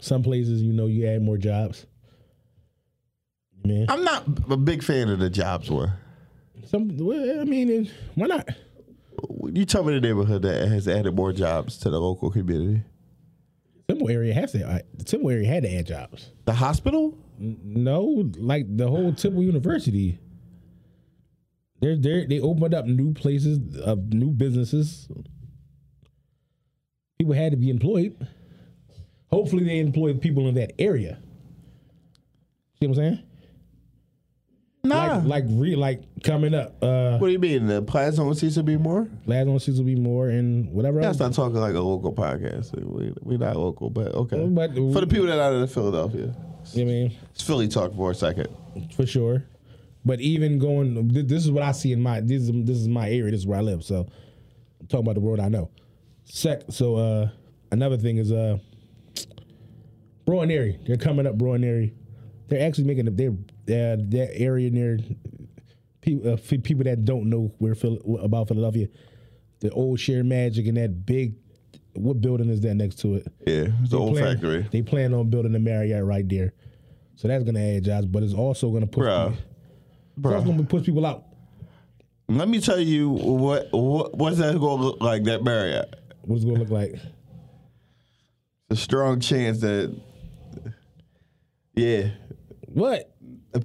some places, you know, you add more jobs. Man, I'm not a big fan of the jobs one. some. Well, I mean, it- why not? You tell me the neighborhood that has added more jobs to the local community. Temple area has to. I- The Temple area had to add jobs. The hospital? No, like the whole Temple University. They're, they're, they opened up new places of new businesses. People had to be employed. Hopefully, they employed people in that area. See what I'm saying? Nah. Like, like, re, like coming up. Uh, what do you mean? The Plaza on Cecil B. Moore? last one season will be more and whatever. That's else. not talking like a local podcast. We, we not local, but okay. But- For the people that are out of Philadelphia, You know what I mean, it's Philly talk for a second. for sure. But even going, th- this is what I see in my this is this is my area. This is where I live. So I'm talking about the world I know. Sec. So uh, another thing is uh, Broinary. They're coming up Broinary. They're actually making their uh, that area near people uh, for people that don't know where Phil- about Philadelphia. The old Share Magic and that big what building is that next to it? Yeah, it's the old plan- factory. They plan on building the Marriott right there. So that's gonna add jobs, but it's also gonna push Bruh. people, that's gonna push people out. Let me tell you what, what what's that going to look like, that Marriott? What it's gonna look like. It's a strong chance that, yeah, What?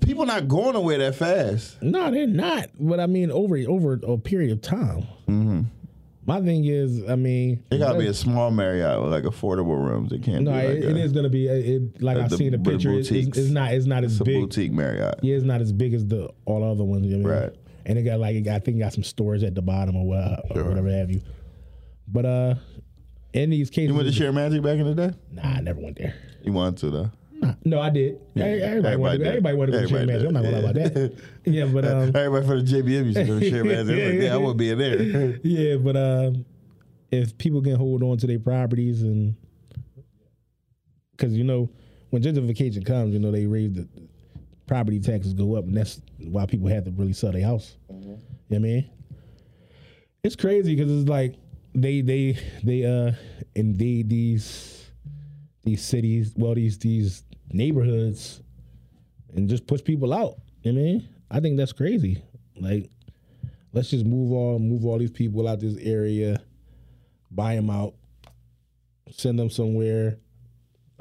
people not going away that fast. No, they're not. But I mean over over a period of time. My thing is, I mean, Mm-hmm. It gotta be a small Marriott with like affordable rooms. It can't no, be like it, a, it is gonna be. It, it- like Uh, I've the- seen a the picture. It's, it's boutiques. it's not. It's not as it's a big. boutique Marriott. Yeah, it's not as big as the all other ones. You know what I mean? Right. And it got like it got, I think it got some storage at the bottom or, what, or whatever have you. But uh, in these cases, You went to Share Magic back in the day? nah, I never went there. You wanted to though. Nah, no, I did. Everybody, Everybody did. everybody, wanted, to go- everybody wanted to go Everybody to Shane did. Magic. I'm not gonna lie about that. yeah, but um, Everybody for the JBM used to go to Share Magic. I'm like, Yeah. yeah, I would be in there. yeah, but um, if people can hold on to their properties and because you know when gentrification comes, you know they raise the property taxes go up, and that's why people have to really sell their house. You know what I mean? It's crazy because it's like they they they uh invade these these cities, well these these neighborhoods, and just push people out. You know what I mean? I think that's crazy. Like let's just move all move all these people out this area, buy them out, send them somewhere.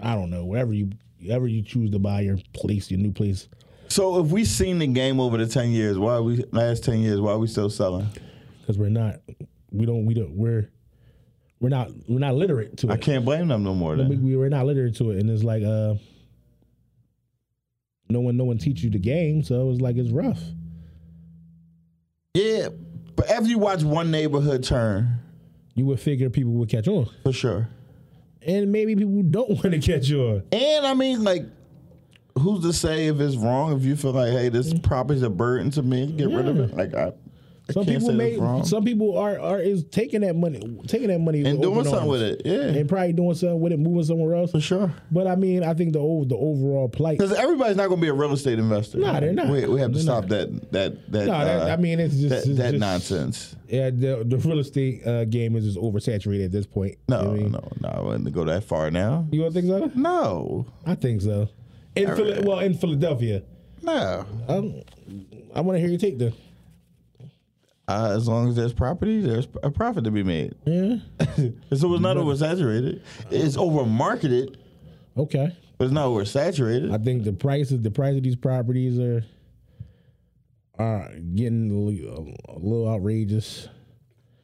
I don't know wherever you wherever you choose to buy your place, your new place. So if we seen the game over the ten years, why are we last ten years, why are we still selling? Because we're not, we don't, we don't, we're we're not we're not literate to it. I can't blame them no more. we, Then. we were not literate to it, and it's like uh, no one no one teach you the game, so it was like it's rough. Yeah, but after you watch one neighborhood turn, You would figure people would catch on, for sure. and maybe people don't want to catch on. And I mean, like, who's to say if it's wrong? If you feel like, hey, this Mm. property's a burden to me, get rid of it. Like I, I Some can't people say may. that's wrong. Some people are are is taking that money, taking that money and with doing open something with arms. it, yeah, and probably doing something with it, moving somewhere else. for sure. But I mean, I think the over, the overall plight. Because everybody's not going to be a real estate investor. Nah, they're not. We, we have to They're stop that that that. No, that- uh, I mean, it's just- that, it's that just- nonsense. Yeah, the, the real estate uh, game is just oversaturated at this point. No, you know what I mean? no, no. I wouldn't go that far now. You don't think so? No, I think so. In Phila- well, in Philadelphia, no. um, I want to hear your take then. Uh, as long as there's property, there's a profit to be made. Yeah. So it's not oversaturated. It's over marketed, Okay. but it's not oversaturated. I think the prices, the price of these properties are are getting a li- a little outrageous.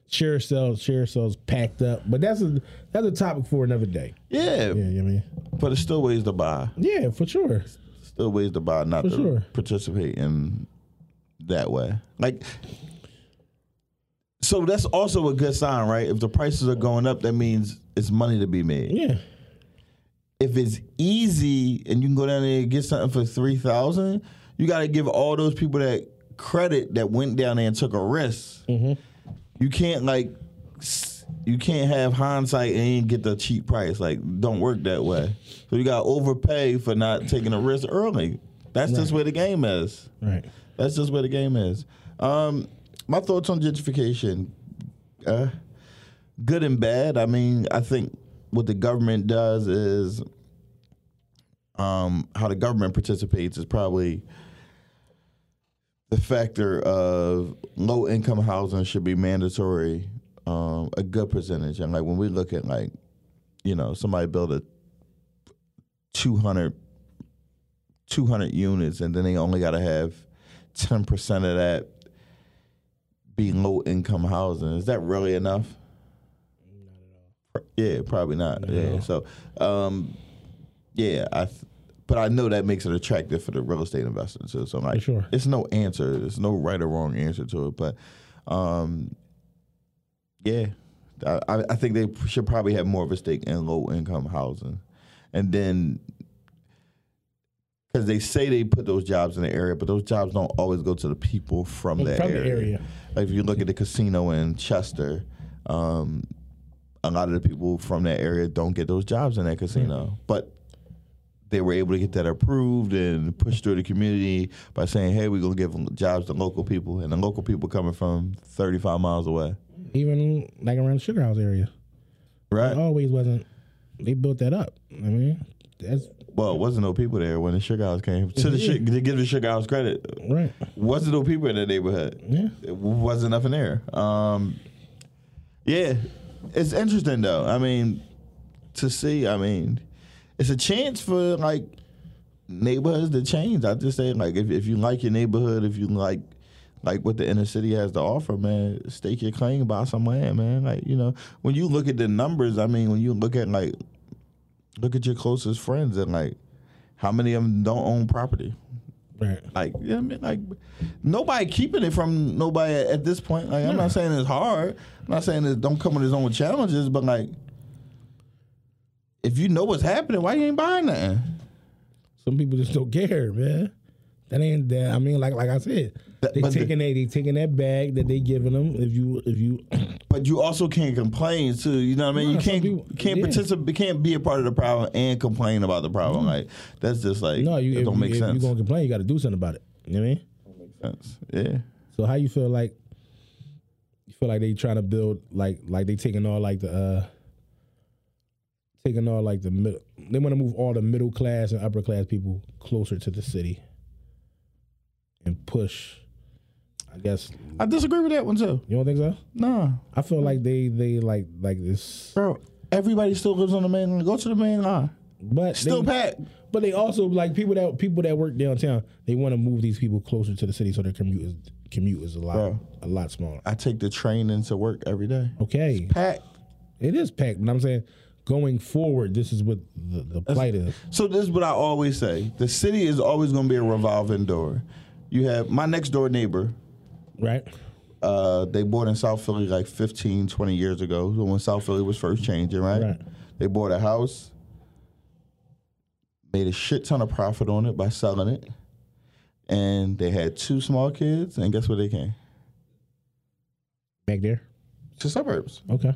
Share sales, share sales packed up, but that's a that's a topic for another day. Yeah, Yeah, you know what I mean, but it's still ways to buy. yeah, for sure. Still ways to buy, not For to sure. participate in that way. Like, so that's also a good sign, right? If the prices are going up, that means it's money to be made. Yeah, If it's easy and you can go down there and get something for three thousand, you got to give all those people that credit that went down there and took a risk. You can't like. s- You can't have hindsight and get the cheap price. Like, don't work that way. So you got to overpay for not taking a risk early. That's just where the game is. right. That's just where the game is. Um, my thoughts on gentrification, uh, good and bad. I mean, I think what the government does is, um, how the government participates is probably the factor of low income housing should be mandatory, um, a good percentage. And like when we look at like, you know, somebody build a 200 200 units and then they only got to have 10% of that be low income housing. Is that really enough? Pr- Yeah, probably not. yeah. So, um, yeah, I th- but I know that makes it attractive for the real estate investor too. So I'm like, sure. it's no answer. There's no right or wrong answer to it. But, um, yeah, I, I- I think they should probably have more of a stake in low income housing, and then because they say they put those jobs in the area, but those jobs don't always go to the people from that From the area. area. Like if you look at the casino in Chester, um, a lot of the people from that area don't get those jobs in that casino, but they were able to get that approved and pushed through the community by saying, "Hey, we're gonna give jobs to local people," and the local people coming from 35 miles away, Even like around the sugar house area, right? it always wasn't. They built that up. I mean, that's Well, it wasn't no people there when the sugar house came. To the su- to give the sugar house credit, right. wasn't no people in that neighborhood. Yeah. It wasn't nothing there. Um, yeah, it's interesting though. I mean, to see. I mean, it's a chance for like neighborhoods to change. I just say like if if you like your neighborhood, if you like like what the inner city has to offer, man, stake your claim by some land, man. Like you know, when you look at the numbers, I mean, when you look at like look at your closest friends and like how many of them don't own property. Right. Like, you know what I mean? Like, nobody keeping it from nobody at, at this point. Like, I'm not saying it's hard. I'm not saying it don't come with its own challenges, but like, if you know what's happening, why you ain't buying nothing? Some people just don't care, man. That ain't that. I mean, like like I said, That- they but the- taking that they taking that bag that they giving them. If you if you But you also can't complain too. You know what I mean? Nah, you some can't people- can't yeah. participate, can't be a part of the problem and complain about the problem. Like, that's just like Mm-hmm. no, you that if, don't you- make if sense. you gonna complain, you got to do something about it. You know what I mean? Sense. Yeah. So how you feel like you feel like they trying to build like like they taking all like the uh taking all like the middle they want to move all the middle class and upper class people closer to the city and push I guess I disagree with that one too. you don't think so? Nah. I feel like they they like like this Bro, everybody still lives on the main line. Go to the main line. but Still they, packed. but they also like people that people that work downtown they want to move these people closer to the city so their commute is commute is a lot Bro. a lot smaller. I take the train into work every day. Okay. Packed. It is packed, but I'm saying going forward, this is what the, the plight is. So this is what I always say: the city is always going to be a revolving door. You have my next door neighbor. Right? Uh, they bought in South Philly like 15, 20 years ago when South Philly was first changing, right? Right. They bought a house. made a shit ton of profit on it by selling it. And they had two small kids, and guess where they came? Back there. To suburbs. Okay.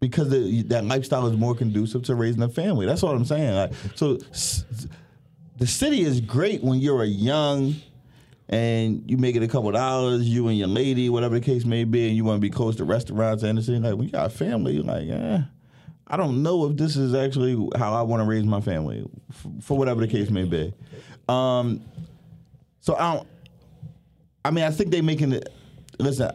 Because the, that lifestyle is more conducive to raising a family. That's what I'm saying. Like, so s- the city is great when you're a young and you make it a couple dollars, you and your lady, whatever the case may be, and you want to be close to restaurants and everything. Like, when you got a family, you're like, eh, I don't know if this is actually how I want to raise my family, f- for whatever the case may be. Um, so I don't. I mean, I think they making it. Listen,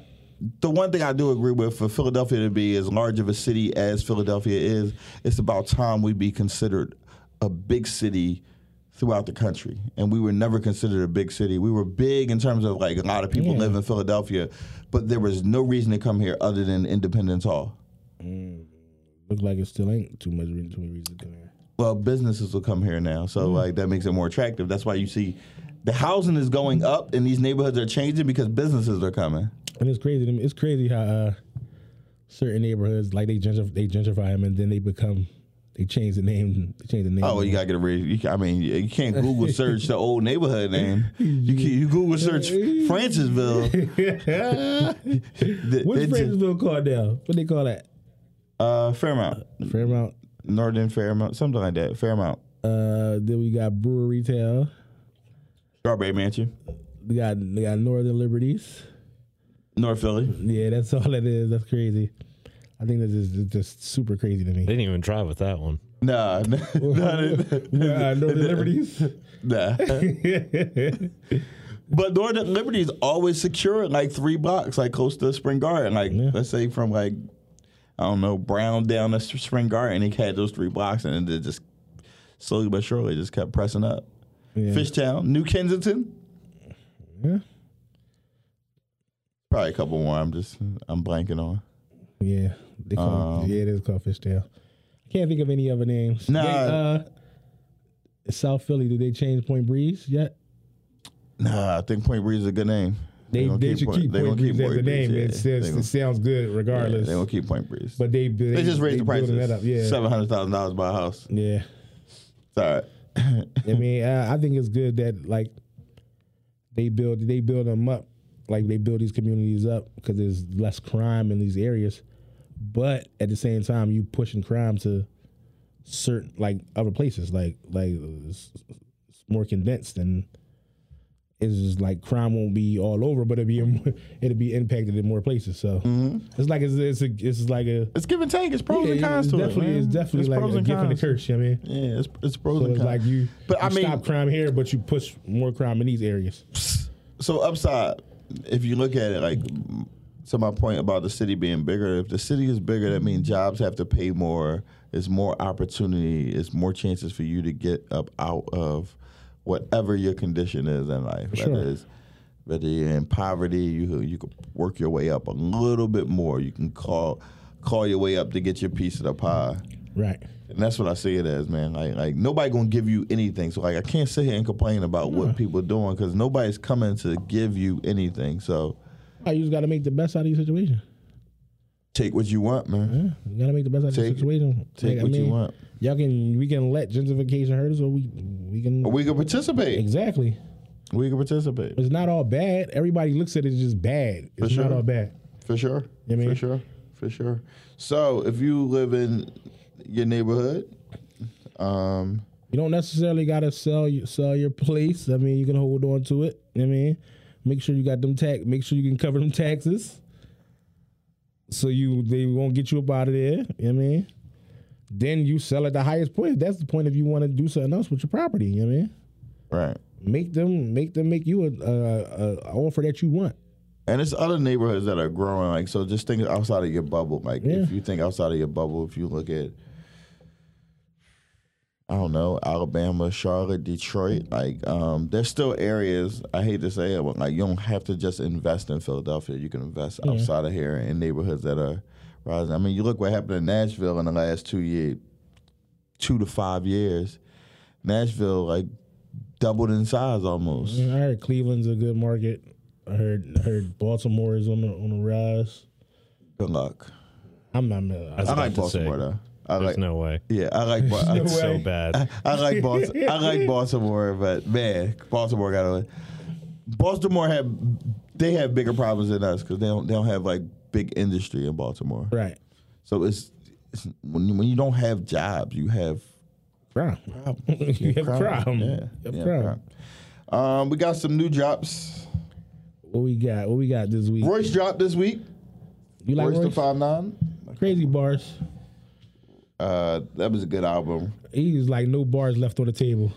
the one thing I do agree with for Philadelphia to be as large of a city as Philadelphia is, it's about time we be considered a big city throughout the country. And we were never considered a big city. We were big in terms of like a lot of people live in Philadelphia, but there was no reason to come here other than Independence Hall. Look like it still ain't too much re- too many reasons to come here. well, businesses will come here now, so like that makes it more attractive. That's why you see the housing is going up, and these neighborhoods are changing because businesses are coming. And it's crazy. To me. It's crazy how uh, certain neighborhoods like they gentrify, they gentrify them, and then they become they change the name. They change the name. Oh, well, you gotta get a re- you, ca- I mean, you can't Google search the old neighborhood name. You can, you Google search Francisville. The- What's it's, Francesville called now? What they call that? Uh, Fairmount, Fairmount. Northern Fairmount, something like that. Fairmount, Uh, then we got Brewery Town. Strawberry Mansion, We got we got Northern Liberties. North Philly. Yeah, that's all it is. That's crazy. I think this is just, just super crazy to They me. didn't even try with that one. Nah, nah, Uh, Northern Liberties. nah. But Northern Liberty is always secure, like three blocks, like close to Spring Garden. Like let's say from like I don't know Brown down to S- Spring Garden, they had those three blocks, and it just slowly but surely just kept pressing up. Yeah. Fishtown, New Kensington, Yeah. probably a couple more. I'm just I'm blanking on. Yeah, they call yeah, it is called Fishtail. I can't think of any other names. Um. Nah. They, uh, South Philly, did they change Point Breeze yet? Nah, I think Point Breeze is a good name. They, gonna they, should keep they Point gonna Breeze as the name. yeah. It, says, They it gonna- sounds good yeah, regardless. they gonna keep Point Breeze. but they, they they just raised they the building That up. prices. Yeah, Seven hundred thousand dollars by a house. yeah. Sorry. I mean, uh, I think it's good that like they build they build them up, like they build these communities up because there's less crime in these areas. But at the same time, you pushing crime to certain like other places, like like it's, it's more condensed and it's just like crime won't be all over, but it'll be in, it'll be impacted in more places. So it's like it's it's, a, it's like a It's give and take. It's Mm-hmm. pros and yeah, cons it's to definitely it. man. it's definitely like pros a gift and a cons. curse. You know what I mean. Yeah, it's, it's pros So and it's cons. like you, But I you mean- stop crime here, but you push more crime in these areas. so upside, if you look at it like to my point about the city being bigger, if the city is bigger, that means jobs have to pay more. It's more opportunity. It's more chances for you to get up out of whatever your condition is in life. sure. Whether it's whether you're in poverty, you you can work your way up a little bit more. You can call call your way up to get your piece of the pie. Right. And that's what I see it as, man. Like, like nobody gonna give you anything. So like, I can't sit here and complain about what people doing because nobody's coming to give you anything. So you just got to make the best out of your situation. take what you want, man. You got to make the best out of your Take- situation. Take Like, I what you mean, want. Y'all can we can let gentrification hurt us, or we we can Or we can participate. exactly. We can participate It's not all bad. Everybody looks at it as just bad. It's sure. not all bad. for sure. You mean? For sure. For sure. So if you live in your neighborhood, um, You don't necessarily got to sell you, sell your place. I mean, you can hold on to it. I mean, make sure you got them tax. Make sure you can cover them taxes. So you they won't get you up out of there. You know what I mean, then you sell at the highest point. That's the point if you want to do something else with your property. You know what I mean, right. make. make them make them make you a, a, a, a offer that you want. And it's other neighborhoods that are growing. Like so, just think outside of your bubble. Like if Yeah. you think outside of your bubble, if you look at, I don't know, Alabama, Charlotte, Detroit. Like um, there's still areas. I hate to say it, but like you don't have to just invest in Philadelphia. You can invest outside of here in neighborhoods that are rising. I mean, you look what happened in Nashville in the last two year, two to five years. Nashville like doubled in size almost. I heard Cleveland's a good market. I heard heard Baltimore is on the on the rise. Good luck. I'm not. I, I about like to say. Baltimore though. I There's like no way. yeah, I like Bar- I, No way. So bad. I like Boston. I like Baltimore, but man, Baltimore got to Baltimore have they have bigger problems than us because they don't they don't have like big industry in Baltimore. Right. So it's, it's when you, when you don't have jobs, you have Problem. you have a problem. yeah, You have yeah, a problem. problem. Um, we got some new drops. What we got? What we got this week? Royce dropped this week. you like Royce the Royce? five nine. Crazy bars. Uh, that was a good album. He's like no bars left on the table.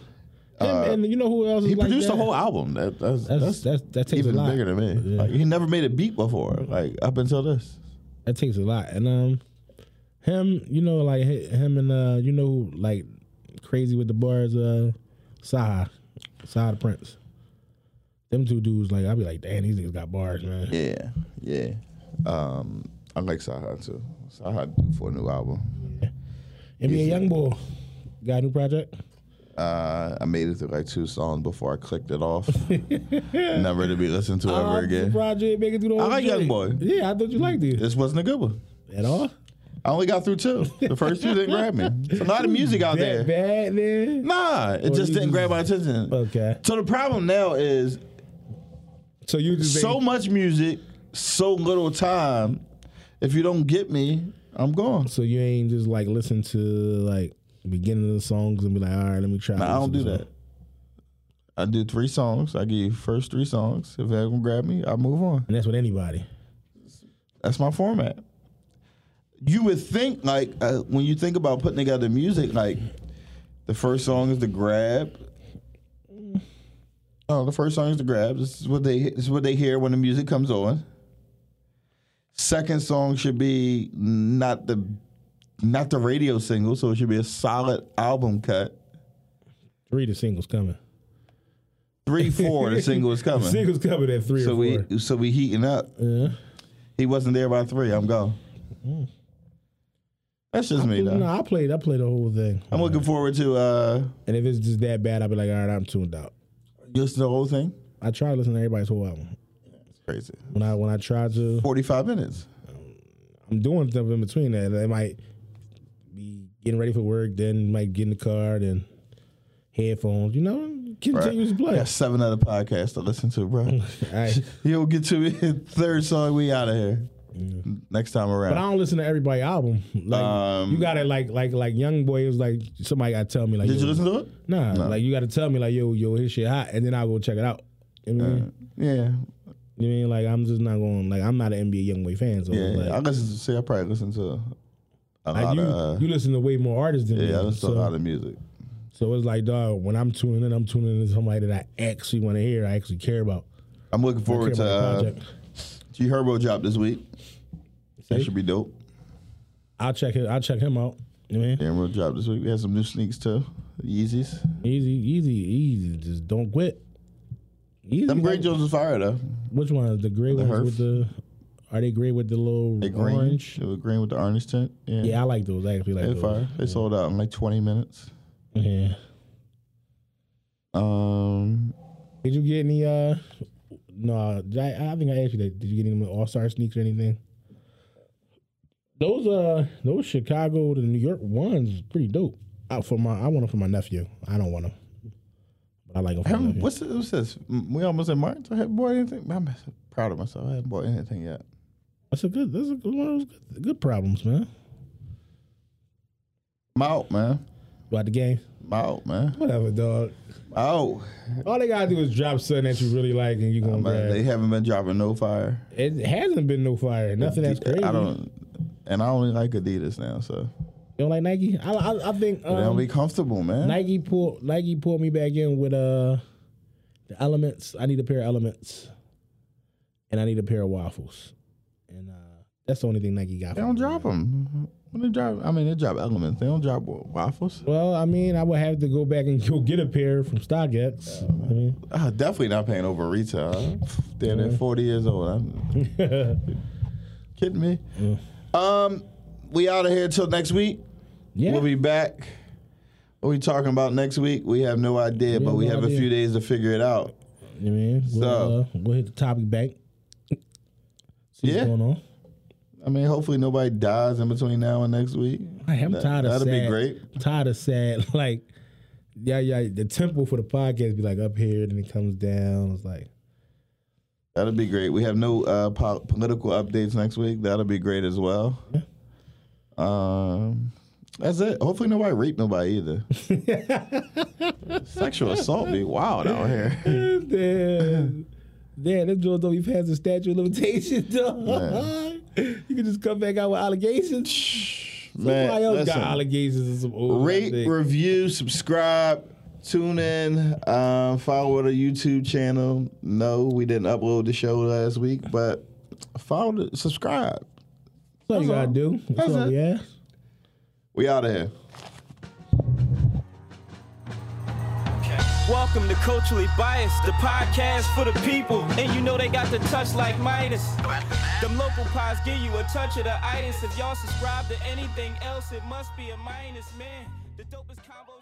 Him and you know who else? Is Uh, He like produced that? a whole album. That, that's, That's, that's that's- that takes even a lot. bigger than me. Like, he never made a beat before, like up until this. that takes a lot. And um, him, you know, like hi- him and uh, you know, like crazy with the bars, uh, Saha, Saha the Prince. Them two dudes, like I'll be like, damn, these niggas got bars, man. Yeah, yeah. Um, I like Saha too. Saha due for a new album. NBA YoungBoy got a new project. Uh, I made it through like two songs before I clicked it off. never to be listened to ever Uh, again. Project make it through the I whole like joint. YoungBoy. Yeah, I thought you liked it This wasn't a good one. at all. I only got through two. The first two didn't grab me. It's a lot of music out there. That bad then? Nah, it you just didn't just- grab my attention. Okay. So the problem now is So you just so much music, so little time. If you don't get me, I'm gone. So you ain't just like listen to like beginning of the songs and be like, all right, let me try. Nah, I don't do this song." that. I do three songs. I give you first three songs. If they don't grab me, I move on. And that's with anybody. That's my format. You would think like uh, when you think about putting together music, like the first song is the grab. Oh, the first song is the grab. This is what they this is what they hear when the music comes on. Second song should be not the not the radio single, so it should be a solid album cut. Three the singles coming. Three, four, the single is coming. Singles coming at three so or we four. so we heating up. Yeah. He wasn't there by three. I'm gone. That's just me, though. No, I played. I played the whole thing. I'm looking forward to uh, And if it's just that bad, I'll be like, all right, I'm tuned out. just the whole thing. I try to listen to everybody's whole album. Crazy. When I when I try to, 45 minutes. I'm doing stuff in between that. I might be getting ready for work, then might get in the car, then headphones. You know, continuous I play. got seven other podcasts to listen to, bro. All right. You'll get to it. Third song, we out of here. Next time around. But I don't listen to everybody's album. Like Um, you gotta like like like young boy. It was like somebody gotta tell me like. Did yo, you listen to it? Nah, like you gotta tell me like yo yo his shit hot, and then I go check it out. You know what I mean? Yeah. You mean like I'm just not going like I'm not an NBA YoungBoy fan. So Yeah. like, I listen to, see, I probably listen to a like, lot you, of. Uh, you listen to way more artists than me. yeah, I listen so, to a lot of music. so it's like dog when I'm tuning in, I'm tuning in to somebody that I actually want to hear, I actually care about. I'm looking I care forward about to the uh, project. G Herbo drop this week. That See? should be dope. I'll check it. I'll check him out. You know what I mean? Damn real drop this week. We had some new sneaks too. Yeezys. Easy, easy, easy. Just don't quit. Easy. Them like- great Jones is fire though. Which one? The gray ones Herf. with the. Are they gray with the little They green. orange? It was green with the orange tint. Yeah. Yeah, I like those. I actually like They those. fire. They sold out in like 20 minutes. Yeah. Um, Did you get any? uh No, I, I think I asked you that. Did you get any All Star sneaks or anything? Those uh, those Chicago to New York ones, pretty dope. Out for my, I want them for my nephew. I don't want them, but I like them. For my haven't- nephew. what's, this, what's this? M- We almost in March. I haven't bought anything. I'm proud of myself. I haven't bought anything yet. That's a good. That's a good one. Of those good, good problems, man. I'm out, man. About the game, I'm out, man. whatever, dog. I'm out. All they gotta do is drop something that you really like, and you gonna Man, grab. They haven't been dropping no fire. It hasn't been no fire. Nothing that's crazy. I don't. And I only like Adidas now, so You don't like Nike? I I, I think they don't um, be comfortable, man. Nike pulled Nike pulled me back in with uh the elements. I need a pair of elements, and I need a pair of waffles, and uh that's the only thing Nike got. They for don't me. drop them. When they drop, I mean, they drop elements. They don't drop wa- waffles. Well, I mean, I would have to go back and go get a pair from StockX. I mean, Ah, definitely not paying over retail. I'm Damn, they're 40 years old. I'm kidding me. Um, we out of here till next week. yeah, We'll be back. What we talking about next week? We have no idea, but have we no have a idea. few days to figure it out. I mean, we'll, So- uh, we'll hit the topic back. See Yeah. what's going on. I I mean, hopefully nobody dies in between now and next week. I am That- tired of that'd sad, be great. Tired of sad, like yeah, yeah. The tempo for the podcast be like up here, then it comes down. It's like That'd be great. We have no uh, po- political updates next week. That'll be great as well. Um, that's it. Hopefully nobody raped nobody either. Sexual assault be wild out here. Damn. Damn, this Joe don't even pass the statute of limitations, dog. you can just come back out with allegations. Somebody else got allegations and some old rate, thing. review, subscribe, tune in, um, follow the YouTube channel. No, we didn't upload the show last week, but follow, the, subscribe. That's all you gotta do. That's all That's it. we ask. We out of here. Welcome to Culturally Biased, the podcast for the people. And you know they got the touch like Midas. Them local pies give you a touch of the itis. If y'all subscribe to anything else, it must be a minus, man. The dopest combo.